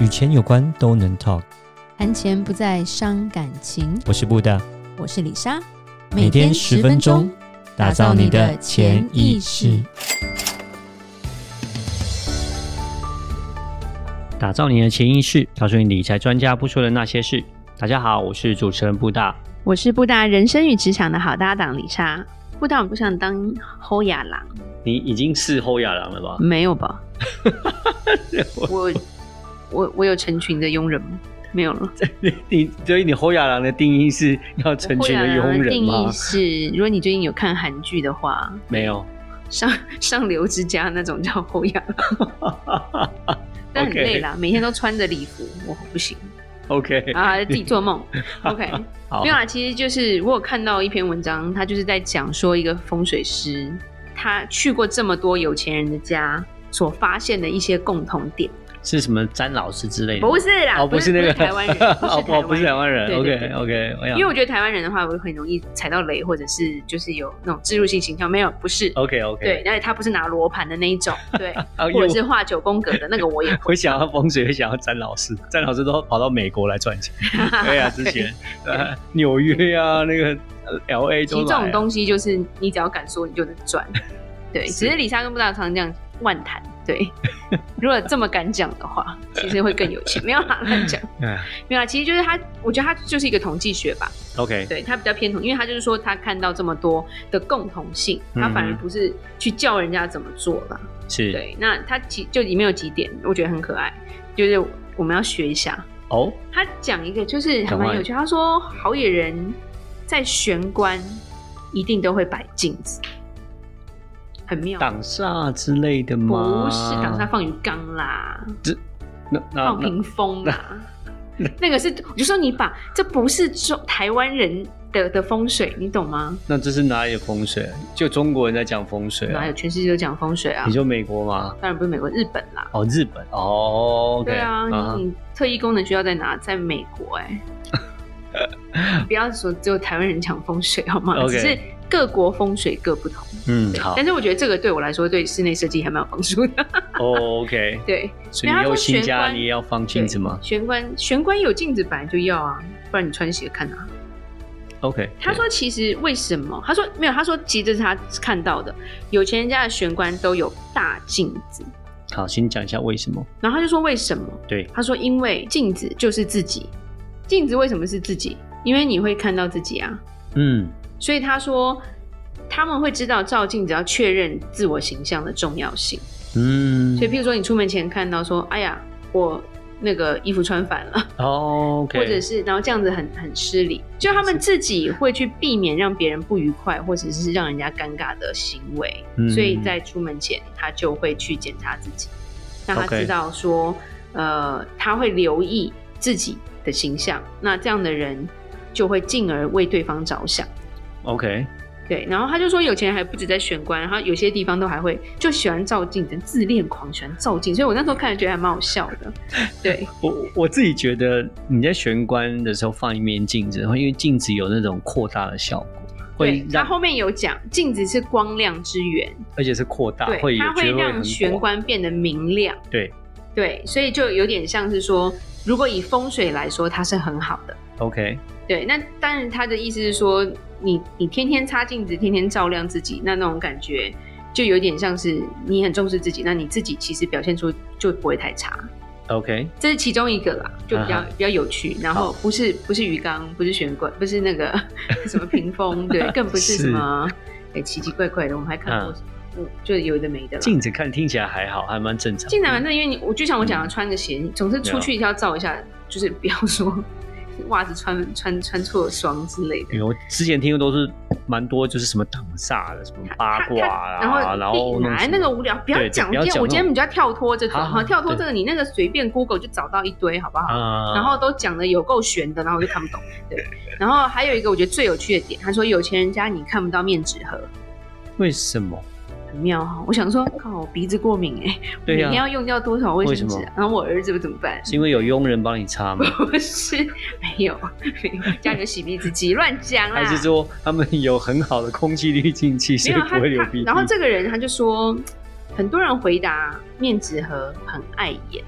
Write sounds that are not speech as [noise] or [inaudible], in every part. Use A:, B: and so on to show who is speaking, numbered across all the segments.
A: 与钱有关都能 talk。
B: 谈钱不再伤感情。
A: 我是布大，
B: 我是李莎，
A: 每天十分钟，打造你的潜意识，打造你的潜意识，告诉你理财专家不说的那些事。大家好，我是主持人布大。
B: 我是布大人生与职场的好搭档李莎。布大，我不想当侯亚郎，
A: 你已经是后亚郎了吧？
B: 没有吧？ [laughs] 我我我有成群的佣人吗？没有了。
A: [laughs] 你你所以你后亚郎的定义是要成群的佣人
B: 定义
A: 吗？
B: 是，如果你最近有看韩剧的话，
A: 没有。
B: 上上流之家那种叫侯亚郎，
A: [laughs]
B: 但很
A: OK
B: 累啦每天都穿着礼服，我不行
A: OK，
B: 啊，自己做梦。OK。
A: 好
B: 没有啦，其实就是我有看到一篇文章，他就是在讲说一个风水师，他去过这么多有钱人的家。所发现的一些共同点，
A: 是什么詹老师之类的吗？
B: 不是啦，
A: 哦，
B: 不
A: 是那个
B: 不台湾
A: [laughs]
B: 人，
A: 哦
B: 不
A: 不不是
B: 是
A: 台
B: 台
A: 湾
B: 湾人，
A: 人。
B: 对对对
A: OK OK，我想
B: 因为我觉得台湾人的话，我很容易踩到雷，或者是就是有那种植入性形象，没有，不是，
A: OK 哦 OK，
B: 对，而且他不是拿罗盘的那一种，
A: [laughs]
B: 对，
A: 啊，因
B: 或
A: 为
B: 者是
A: 我
B: 画九宫格的那个，我也
A: 我想要风水，也想要詹老师，詹老师都跑到美国来赚钱。
B: [laughs]
A: 对啊，之前呃纽约啊，那个呃 L A
B: 其
A: 都
B: 实这
A: 来
B: 种
A: 啊
B: 东西就是你只要敢说，你就能
A: [laughs]
B: 赚。对，
A: 是
B: 只是李莎跟布达常常这样乱谈。对， [laughs] 如果这么敢讲的话，其实会更有钱。没有啦，乱讲，
A: 嗯
B: 没有啦。其实就是他，我觉得他就是一个统计学吧。
A: OK，
B: 对他比较偏统，因为他就是说他看到这么多的共同性，他反而
A: 嗯
B: 不是去教人家怎么做啦。
A: 是
B: 对，那他其就里面有几点，我觉得很可爱，就是我们要学一下。
A: 哦，
B: 他讲一个就是还
A: 赶
B: 蛮
A: 快
B: 有趣，他说好野人在玄关一定都会摆镜子，很妙。
A: 挡煞之类的吗？
B: 不是挡煞，放鱼缸啦，
A: 那那
B: 放
A: 那
B: 屏风啦，
A: [laughs]
B: 那个是我就说你把这不是中台湾人的的风水，你懂吗？
A: 那这是哪里的风水？就中国人在讲风水
B: 哪
A: 啊
B: 有？全世界都讲风水啊
A: 你？说美国吗？
B: 当然不是美国，日本啦。
A: 哦，日本哦，OK，
B: 对啊，
A: 哈
B: 你特异功能学校在哪？在美
A: [laughs]
B: 国哎、你不要说只有台湾人讲风水好吗
A: OK
B: 只是各国风水各不同。
A: 嗯，
B: 对
A: 好
B: 但是我觉得这个对我来说，对室内设计还蛮有帮助的。
A: 哦，OK，
B: 对，
A: 所以
B: 然
A: 你
B: 后他说
A: 又新
B: 玄
A: 家，
B: 关
A: 你也要放镜子吗
B: 对玄关，玄关有镜子本来就要啊，不然你穿鞋看啊。
A: ？OK，
B: 他
A: 对
B: 说其实为什么？他说没有，他说其实这是他看到的，有钱人家的玄关都有大镜子。
A: 好，先讲一下为什么。
B: 然后他就说为什么？
A: 对，
B: 他说因为镜子就是自己，镜子为什么是自己？因为你会看到自己啊。
A: 嗯，
B: 所以他说他们会知道照镜子要确认自我形象的重要性。
A: 嗯，
B: 所以，譬如说，你出门前看到说，哎呀，我那个衣服穿反了，
A: 哦，OK，
B: 或者是，然后这样子很很失礼，就他们自己会去避免让别人不愉快，或者是让人家尴尬的行为，
A: 嗯
B: 所以在出门前他就会去检查自己，让他
A: OK
B: 知道说呃，他会留意自己的形象，那这样的人就会进而为对方着想。
A: OK，
B: 对，然后他就说有钱人还不止在玄关，然后有些地方都还会就喜欢照镜子，自恋狂喜欢照镜，所以我那时候看了觉得还蛮好笑的。对，
A: 我我自己觉得你在玄关的时候放一面镜子，然后因为镜子有那种扩大的效果，会
B: 对，他
A: 让
B: 后面有讲镜子是光亮之源，
A: 而且是扩大，
B: 对，
A: 有
B: 它
A: 觉得啊会
B: 让
A: 很
B: 玄
A: 广
B: 关变得明亮，
A: 对
B: 对，所以就有点像是说，如果以风水来说，它是很好的。
A: OK
B: 对，那当然他的意思是说，你你天天擦镜子，天天照亮自己，那那种感觉就有点像是你很重视自己，那你自己其实表现出就不会太差。
A: OK
B: 这是其中一个啦，就比较、
A: 嗯哼
B: 比较有趣。然后不是不是鱼缸，不是玄关，不是那个 [laughs] 什么屏
A: [laughs]
B: 风，对，更不是
A: 是
B: 什么哎、奇奇怪怪的。我们还看过什么，嗯、就有的没的啦。
A: 镜子看听起来还好，还蛮正常。
B: 进来完，那因为你我就像我讲的，穿个鞋，
A: 嗯
B: 你总是出去一定要照一下，就是不要说 [laughs] 袜子穿穿穿错双之类的。
A: 因为我之前听的都是蛮多，就是什么挡煞的，什么八卦啊，
B: 然后哎
A: 然后弄
B: 来
A: 什么
B: 那个无聊，不要
A: 对
B: 讲。
A: 不要
B: 今天
A: 讲
B: 我今天
A: 那种
B: 比较跳脱这种
A: 好好
B: 哈，跳脱
A: 对
B: 这个你那个随便 Google 就找到一堆，好不好？
A: 啊，
B: 然后都讲的有够玄的，然后我就看不懂。对，然后还有一个我觉得最有趣的点，他说有钱人家你看不到面纸盒，
A: 为什么？
B: 很妙哈、我想说，靠，我鼻子过敏哎、
A: 对
B: 每
A: 呀
B: 天，要用掉多少卫生
A: 为
B: 纸
A: 什
B: 啊、
A: 么
B: 然后我儿子怎么办？
A: 是因为有佣人帮你擦吗？
B: [laughs] 不是，没有， [laughs] 没有家里有洗鼻子机，乱讲啊啦
A: 还。是说他们有很好的空气滤净 [laughs] 器，
B: 没
A: 所以
B: 有
A: 不会流
B: 他
A: 鼻涕？
B: 然后这个人他就说，很多人回答面纸盒很碍眼，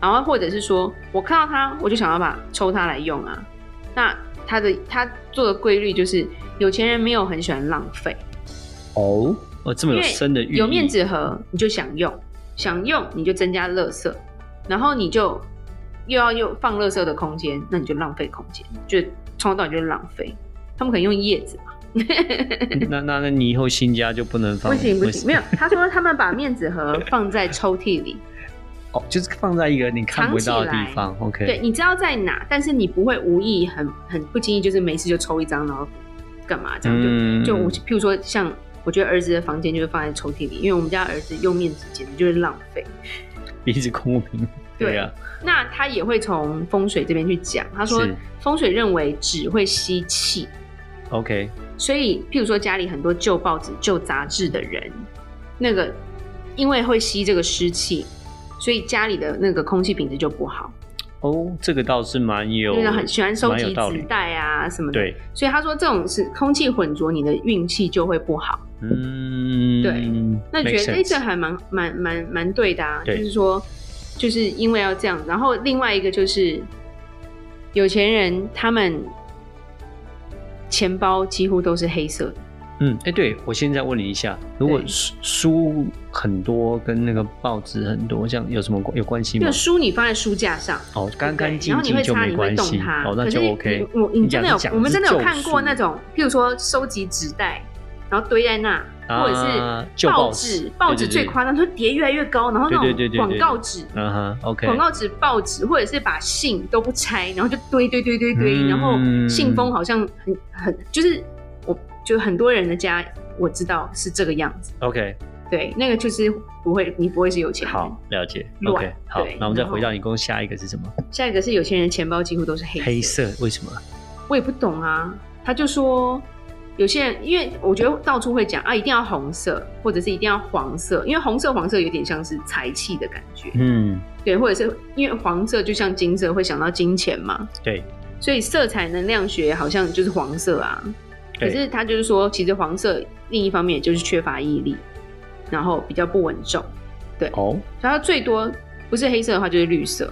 B: 然后或者是说我看到它，我就想要把抽它来用啊。那它的它做的规律就是，有钱人没有很喜欢浪费，
A: 哦，哦，这么有
B: 因为
A: 深的寓意，
B: 有面子盒你就想用，想用你就增加垃圾，然后你就又要又放垃圾的空间，那你就浪费空间，就从头到尾就是浪费。他们可能用叶子嘛，
A: 嗯那那那你以后新家就不能放？
B: 不行不
A: 为 [laughs]
B: 行，
A: 什
B: 没有。他说他们把面子盒放在抽屉里，
A: 哦，就是放在一个你看不到的地方。OK，
B: 对，你知道在哪，但是你不会无意很很不经意，就是没事就抽一张，然后干嘛这样就、
A: 嗯
B: 就我，譬如说像我觉得儿子的房间就是放在抽屉里，因为我们家儿子用面纸简直就是浪费。
A: 鼻子空无凭。
B: 对
A: 对啊，
B: 那他也会从风水这边去讲，他说
A: 是
B: 风水认为纸会吸气，
A: OK，
B: 所以譬如说家里很多旧报纸、旧杂志的人，那个因为会吸这个湿气，所以家里的那个空气品质就不好。
A: 哦，这个倒是蛮有，
B: 就是很喜欢收
A: 蛮有
B: 集
A: 道理
B: 纸袋啊什么的。
A: 对，
B: 所以他说这种是空气混浊，你的运气就会不好。
A: 嗯，
B: 对，那觉
A: make
B: 得哎，这
A: sense
B: 还蛮蛮蛮蛮对的啊，就
A: 对
B: 是说，就是因为要这样。然后另外一个就是，有钱人他们钱包几乎都是黑色的，
A: 嗯，哎，对我现在问你一下，如果
B: 对
A: 书书很多跟那个报纸很多，这样有什么关有关系吗
B: 就？书你放在书架上。
A: 哦，干
B: 对
A: 干
B: 然
A: 净
B: 后你
A: 净
B: 会
A: 就
B: 擦，
A: 没
B: 你会
A: 关
B: 动
A: 系，
B: 它。
A: 哦，那
B: 可是
A: 就
B: 你
A: OK。
B: 我你真的有
A: 你讲，
B: 我们真的有
A: 是
B: 看过
A: 旧书
B: 那种，譬如说收集纸袋，然后堆在那，
A: 啊
B: 或者是
A: 旧
B: 报
A: 报纸
B: 纸，报纸
A: 对对对
B: 最夸张，它叠越来越高，然后那
A: 对对对
B: 种
A: 对对
B: 广告纸。
A: 嗯哼，OK，
B: 广告纸、报纸，或者是把信都不拆，然后就堆堆堆堆堆，
A: 嗯
B: 然后信封好像很很就是我就很多人的家我知道是这个样子，
A: OK，
B: 对，那个就是不会你不会是有钱人。
A: 好，了解
B: 乱
A: ，OK，好
B: 对，
A: 那我们再
B: 然后
A: 回到你公下一个是什么？
B: 下一个是有钱人钱包几乎都是黑
A: 黑色，为什么？
B: 我也不懂啊。他就说，有些人因为我觉得到处会讲啊，一定要红色，或者是一定要黄色，因为红色黄色有点像是财气的感觉，
A: 嗯，
B: 对，或者是因为黄色就像金色，会想到金钱嘛，
A: 对，
B: 所以色彩能量学好像就是黄色啊。可
A: 对
B: 是他就是说，其实黄色另一方面就是缺乏毅力，然后比较不稳重，
A: 哦，
B: 然后最多不是黑色的话就是绿色。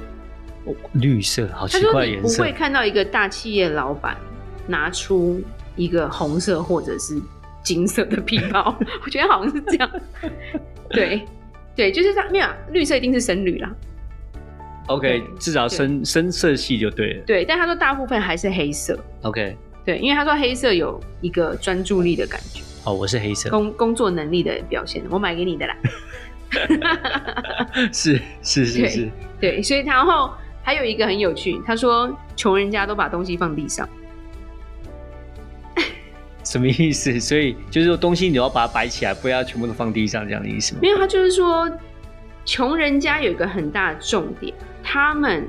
A: 哦绿色，好
B: 他
A: 奇
B: 说
A: 怪的
B: 你
A: 颜
B: 不
A: 色
B: 会。看到一个大企业老板拿出一个红色或者是金色的皮包， [laughs] 我觉得好像是这样。对，对，就是他没有绿色一定是深绿啦，
A: OK，
B: 对
A: 至少深深色系就对了。
B: 对，但他说大部分还是黑色，
A: OK，
B: 对，因为他说黑色有一个专注力的感觉，
A: 哦，我是黑色，
B: 工工作能力的表现，我买给你的啦。
A: 是是
B: 对
A: 是是，
B: 对，所以然后还有一个很有趣，他说穷人家都把东西放地上，
A: 什么意思？所以就是说东西你要把它摆起来，不要全部都放地上，这样的意思吗
B: 没？有，他就是说，穷人家有一个很大的重点，他们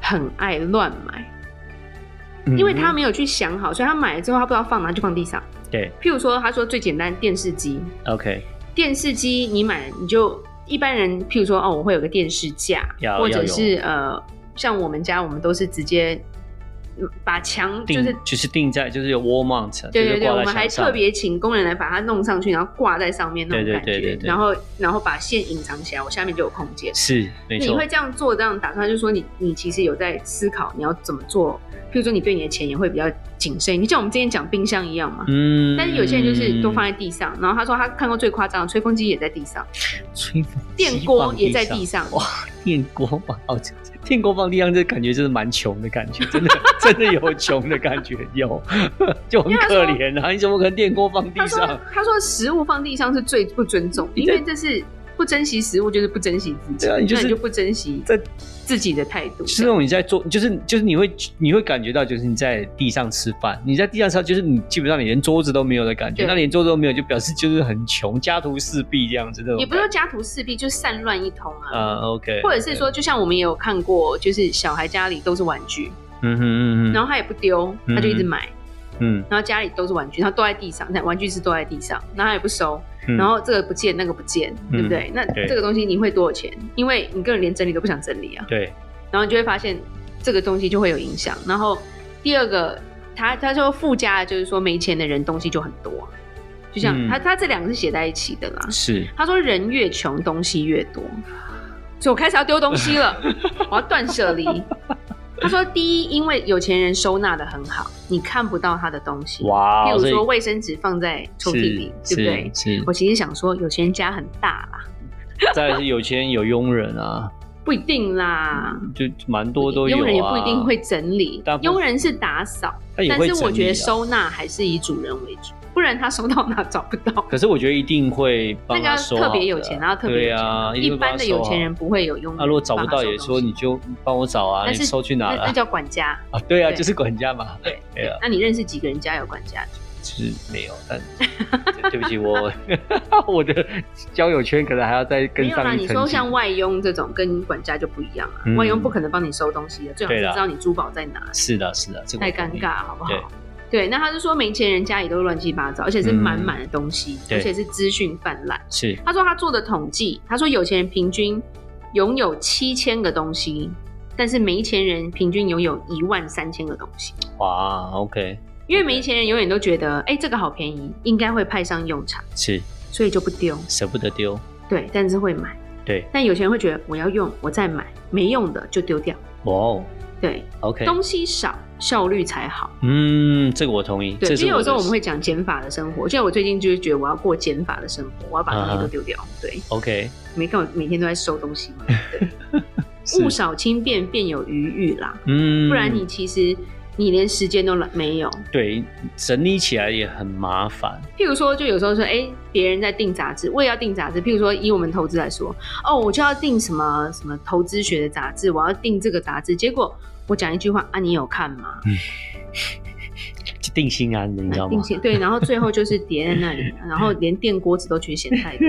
B: 很爱乱买，因为他
A: 们
B: 没有去想好，所以他买了之后他不知道放哪，就放地上。
A: 对
B: 譬如说，他说最简单电视机，
A: OK
B: 电视机你买你就一般人，譬如说哦，我会有个电视架，
A: 要
B: 或者
A: 要有
B: 是呃，像我们家我们都是直接嗯把墙就
A: 定
B: 是。
A: 就是定在就是有 wall mount，
B: 对对
A: 就是
B: 对，
A: 挂在
B: 我们还
A: 墙上
B: 特别请工人来把它弄上去，然后挂在上面那种
A: 对对
B: 感觉，
A: 对对对
B: 然后然后把线隐藏起来，我下面就有空间。
A: 是没
B: 你
A: 错
B: 会，这样做，这样打算，就是说你你其实有在思考你要怎么做。譬如说，你对你的钱也会比较谨慎。你像我们之前讲冰箱一样嘛。
A: 嗯
B: 但是有些人就是都放在地上，然后他说他看过最夸张的，吹风机也在地上，
A: 吹风机
B: 电锅
A: 放
B: 也在地上，
A: 哇，电锅放哦，这电锅放地上，这感觉就是蛮穷的感觉，真的真的有穷的感觉，有 [laughs] 就很可怜啊！你怎么可能电锅放
B: 他
A: 地
B: 说
A: 上？
B: 他说食物放地上是最不尊重，
A: 你
B: 因
A: 在
B: 为这是不珍惜食物就是不珍惜自己，
A: 啊对啊你就是
B: 那你就不珍惜
A: 在
B: 自己的态度。
A: 就是那啊种你在做，就是就是你会你会感觉到，就是你在地上吃饭，你在地上吃饭，就是你基本上你连桌子都没有的感觉，
B: 对
A: 那连桌子都没有，就表示就是很穷，家徒四壁这样子，这种
B: 也不是
A: 感
B: 说家徒四壁，就是散乱一通
A: 觉
B: 啊。
A: 啊，OK，
B: 或者是说，就像我们也有看过，就是小孩家里都是玩具，
A: 嗯哼嗯哼，
B: 然
A: 后
B: 后他也不丢，他就一直买。
A: 嗯
B: 然后家里都是玩具，他都在地上，那玩具是都在地上，然后他也不收，
A: 嗯
B: 然后这个不见那个不见，
A: 嗯
B: 对不对？那
A: 对
B: 这个东西你会多少钱？因为你个人连整理都不想整理啊，
A: 对
B: 然后你就会发现这个东西就会有影响。然后第二个，他他说附加的就是说没钱的人东西就很多，就像、
A: 嗯
B: 他他这两个是写在一起的啦。
A: 是
B: 他说人越穷东西越多，所以我开始要丢东西
A: [laughs]
B: 了，我要断舍离。他说，第一，因为有钱人收纳的很好，你看不到他的东西，
A: 哇，哦
B: 譬如
A: 所以
B: 说卫生纸放在抽屉里，对
A: 是
B: 不对？
A: 是，是
B: 我其实想说，有钱人家很大啦，
A: 再来是有钱人有佣人啊，
B: 不一定啦。
A: 就蛮多都有啊。
B: 佣人也不一定会，整理
A: 大，部分
B: 佣人是打扫，
A: 他也
B: 但
A: 会整理啊
B: 是我觉得，收纳还是以主人为主，不然他收到哪找不到。
A: 可是我觉得一定会帮
B: 那个要
A: 他收好的啊。
B: 特别有钱，然后特别
A: 对
B: 有钱，
A: 啊，
B: 一
A: 定会帮他
B: 般的
A: 收
B: 有
A: 好
B: 钱人不会有佣人。
A: 那如果找不到，也说你就帮我找啊，
B: 但
A: 你
B: 是
A: 收去哪
B: 那
A: 了
B: 那？叫管家。
A: 啊，对啊，
B: 对
A: 就是管家嘛。
B: [laughs] 对
A: 对啊，
B: 那你认识几个人家有管家的？
A: 就是没有，
B: [laughs]
A: 但对对不起，我 [laughs] 我的交友圈可能还要再
B: 没
A: 更
B: 有啦，
A: 上一
B: 你
A: 层
B: 说
A: 级。
B: 像外佣这种跟管家就不一样啊，
A: 嗯
B: 外佣不可能帮你收东西的，啊最好是
A: 对啦
B: 知道你珠宝在哪，
A: 是的，是的，这个
B: 太
A: 我同
B: 尴
A: 意。
B: 尬好不好？对，那他就说没钱人家里都乱七八糟，而且是满满的东西，
A: 嗯对
B: 而且是资讯泛滥。
A: 是
B: 他说他做的统计，他说有钱人平均拥有七千个东西，但是没钱人平均拥有一万三千个东西。
A: 哇，OK，
B: 因为没钱人永远都觉得，哎、这个好便宜，应该会派上用场，
A: 是
B: 所以就不丢。
A: 舍不得丢，
B: 对，但是会买。
A: 对，
B: 但有钱人会觉得，我要用，我再买，没用的就丢掉。
A: 哇哦
B: 对，
A: ，OK，
B: 东西少，效率才好。
A: 嗯，这个我同意。
B: 对，
A: 这
B: 因
A: 是
B: 为有时候我们
A: 会
B: 会讲减法的生活，像我最近就是觉得我要过减法的生活，我要把东西
A: 啊
B: 都丢掉。对，
A: OK，
B: 你没看我每天都在收东西吗？
A: [laughs] 是
B: 物少轻便，便有余裕啦。
A: 嗯，
B: 不然你其实你连时间都懒没有。
A: 对整理起来也很麻烦。
B: 譬如说，就有时候说，哎、别人在订杂志，我也要订杂志。譬如说，以我们投资来说，哦，我就要订什么什么投资学的杂志，我要订这个杂志。结果我讲一句话啊，你有看吗？啊
A: 就定心安的，你知道吗
B: 订？线对，然后最后就是叠在
A: [laughs]
B: 那里，然后连电锅子都觉得嫌太多。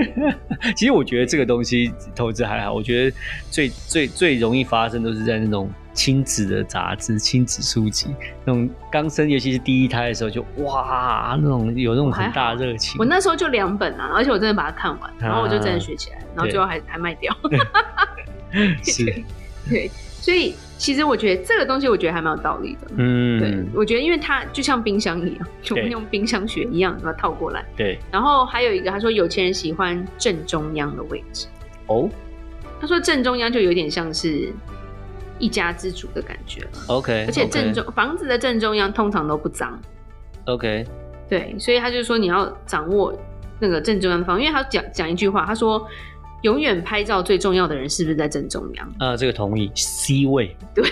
A: 其实我觉得这个东西投资还好，我觉得最最最容易发生都是在那种亲子的杂志、亲子书籍，那种刚生，尤其是第一胎的时候就，哇，那种有那种很大热情
B: 我。那时候就两本啊，而且我真的把它看完，然后我就
A: 啊
B: 真的学起来，然后最后还还卖掉。 [laughs]
A: 是，
B: 对，所以其实我觉得这个东西，我觉得还蛮有道理的。对
A: 嗯，，
B: 我觉得因为它就像冰箱一样，就
A: 对
B: 用冰箱学一样，把它套过来。
A: 对，
B: 然后还有一个，他说有钱人喜欢正中央的位置。
A: 哦
B: 他说正中央就有点像是一家之主的感觉了，
A: ，OK，
B: 而且正中哎房子的正中央通常都不脏，
A: ，OK，
B: 对，所以他就说你要掌握那个正中央的方，因为他讲讲一句话，他说永远拍照最重要的人是不是在正中央？
A: 啊，这个同意，C 位
B: 对，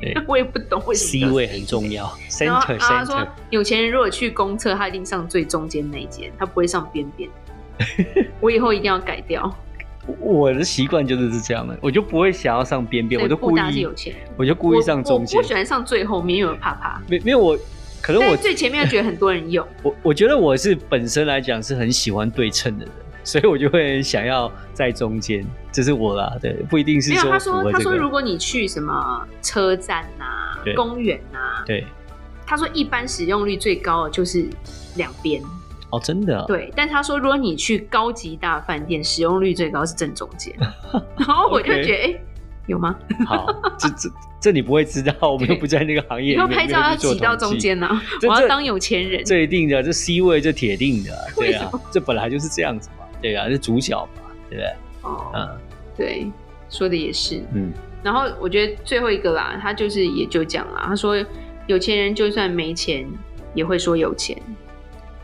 A: 对
B: [laughs] 我也不懂为什么
A: ，C
B: 叫
A: 位很重。要
B: 然后啊
A: ，Center
B: 他说
A: Center，，
B: 有钱人如果去公厕，他一定上最中间那一间，他不会上边
A: [laughs]
B: 边。我以后一定要改掉。
A: 我的习惯就是是这样的，我就不会想要上边边，我就
B: 所以布
A: 故
B: 达是
A: 意
B: 有，钱人，
A: 我就故意上中间
B: 我我不，喜欢上最后面，因为我怕怕。
A: 没没有我，可能
B: 但
A: 我
B: 是最前面觉得很多人
A: [laughs]
B: 有，
A: 我我觉得我是本身来讲是很喜欢对称的人，所以我就会想要在中间，这是我啦，对，不一定是
B: 没有他
A: 符合
B: 说
A: 这
B: 他
A: 个，
B: 说如果你去什么车站呐、
A: 对
B: 公园呐、
A: 对，
B: 他说一般使用率最高的就是两边，
A: 哦，真的啊、
B: 对。但他说如果你去高级大饭店，使用率最高是正中
A: [laughs]
B: 间。然后我就觉得，哎、有吗？
A: 好，这这这你不会知道，我们又不在那个行业
B: 以
A: 里
B: 后
A: 面，
B: 拍照
A: 没有
B: 要
A: 去做
B: 挤到
A: 统
B: 中
A: 计，
B: 间呢、啊，
A: [laughs] 这
B: 我要
A: 这
B: 当有钱人。
A: 这一定的，这 C 位这铁定的啊，对
B: [laughs] 为
A: 啊
B: 什，
A: 这本来就是这样子嘛，对啊，是主角嘛，对不对？
B: 哦，
A: 嗯
B: 对，说的也是。
A: 嗯，
B: 然后我觉得最后一个啦，他就是也就讲啦，他说有钱人就算没钱也会说有钱，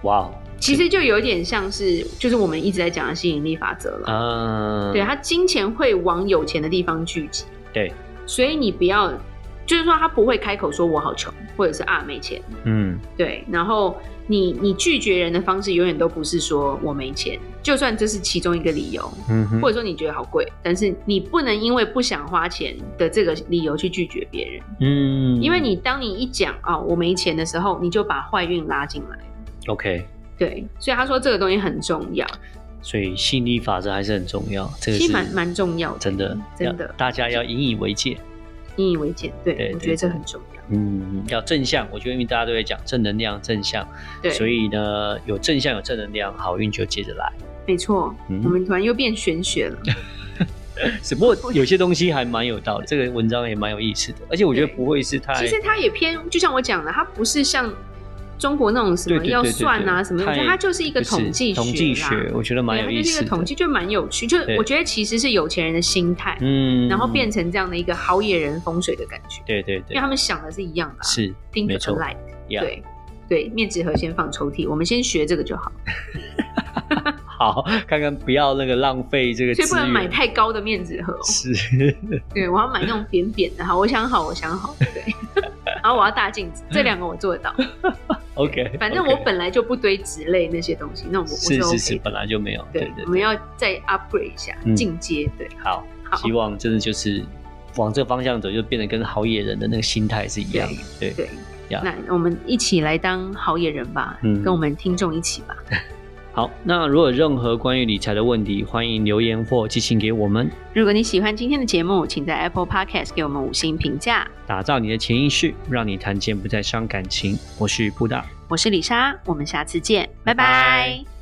A: 哇哦，
B: 其实就有点像是就是我们一直在讲的吸引力法则了。
A: 啊，
B: 对，他金钱会往有钱的地方聚集，
A: 对，
B: 所以你不要，就是说他不会开口说我好穷，或者是啊没钱，
A: 嗯，
B: 对，然后你你拒绝人的方式永远都不是说我没钱，就算这是其中一个理由，
A: 嗯哼，
B: 或者说你觉得好贵，但是你不能因为不想花钱的这个理由去拒绝别人，
A: 嗯，
B: 因为你当你一讲啊、我没钱的时候，你就把坏运拉进来。
A: OK，
B: 对，所以他说这个东西很重要，
A: 所以吸引力法则还是很重要，这个
B: 其
A: 是
B: 实蛮蛮重要的，
A: 真的，
B: 真
A: 要
B: 的
A: 大家要引以为戒。
B: 引以为戒。对，
A: 对
B: 我
A: 对
B: 觉得这
A: 对
B: 很重要。
A: 嗯，要正向，我觉得因为大家都在讲正能量，正向，
B: 对，
A: 所以呢，有正向有正能量，好运就接着来。
B: 没错，
A: 嗯
B: 我们突然又变玄学了。
A: 只不过有些东西还蛮有道理，这个文章也蛮有意思的，而且我觉得
B: 对
A: 不会是太
B: 其实它也偏，就像我讲的，它不是像中国那种什
A: 对
B: 么
A: 对
B: 要
A: 对对
B: 算啊
A: 对
B: 什么，我觉得
A: 太
B: 它就是一个统计
A: 统计
B: 学
A: 学
B: 啦，，
A: 我觉得蛮
B: 对啊
A: 有
B: 它
A: 意
B: 就是一
A: 思
B: 个统
A: 的。
B: 计，就蛮有趣。就是
A: 对
B: 我觉得其实是有钱人的心态，
A: 嗯，
B: 然后变成这样的一个好野人风水的感觉，
A: 对对
B: 因
A: 对
B: 为，他们想的是一样的、啊、
A: 是
B: ，think
A: 没错
B: alike。
A: 呀。
B: 对对，面纸盒先放抽屉，我们先学这个就好，
A: 好，看看不要那个浪费这个
B: 所
A: 资
B: 以不能买
A: 源。
B: 太高的面纸盒、哦。
A: 是，
B: 对，我要买那种扁扁的。好，我想好，我想
A: [laughs]
B: 好。对，然后我要大镜子，这两个我做得到。
A: OK，
B: 反正
A: OK
B: 我本来就不堆纸类那些东西，那我我
A: 是
B: OK
A: 是是，
B: 的
A: 本来就没有。
B: 对，
A: 对
B: 我们要再 upgrade 一下
A: 嗯
B: 进阶。对，
A: 好，
B: 好
A: 希望真的就是往这个方向走，就变得跟好野人的那个心态是一样的。对，
B: 对
A: 呀
B: 那我们一起来当好野人吧，
A: 嗯
B: 跟我们听众一起吧。
A: 好，那如果有任何关于理财的问题，欢迎留言或寄信给我们。
B: 如果你喜欢今天的节目，请在 Apple Podcast 给我们五星评价。
A: 打造你的潜意识，让你谈钱不再伤感情。我是布大。
B: 我是李莎，我们下次见，拜
A: 拜
B: 拜
A: 拜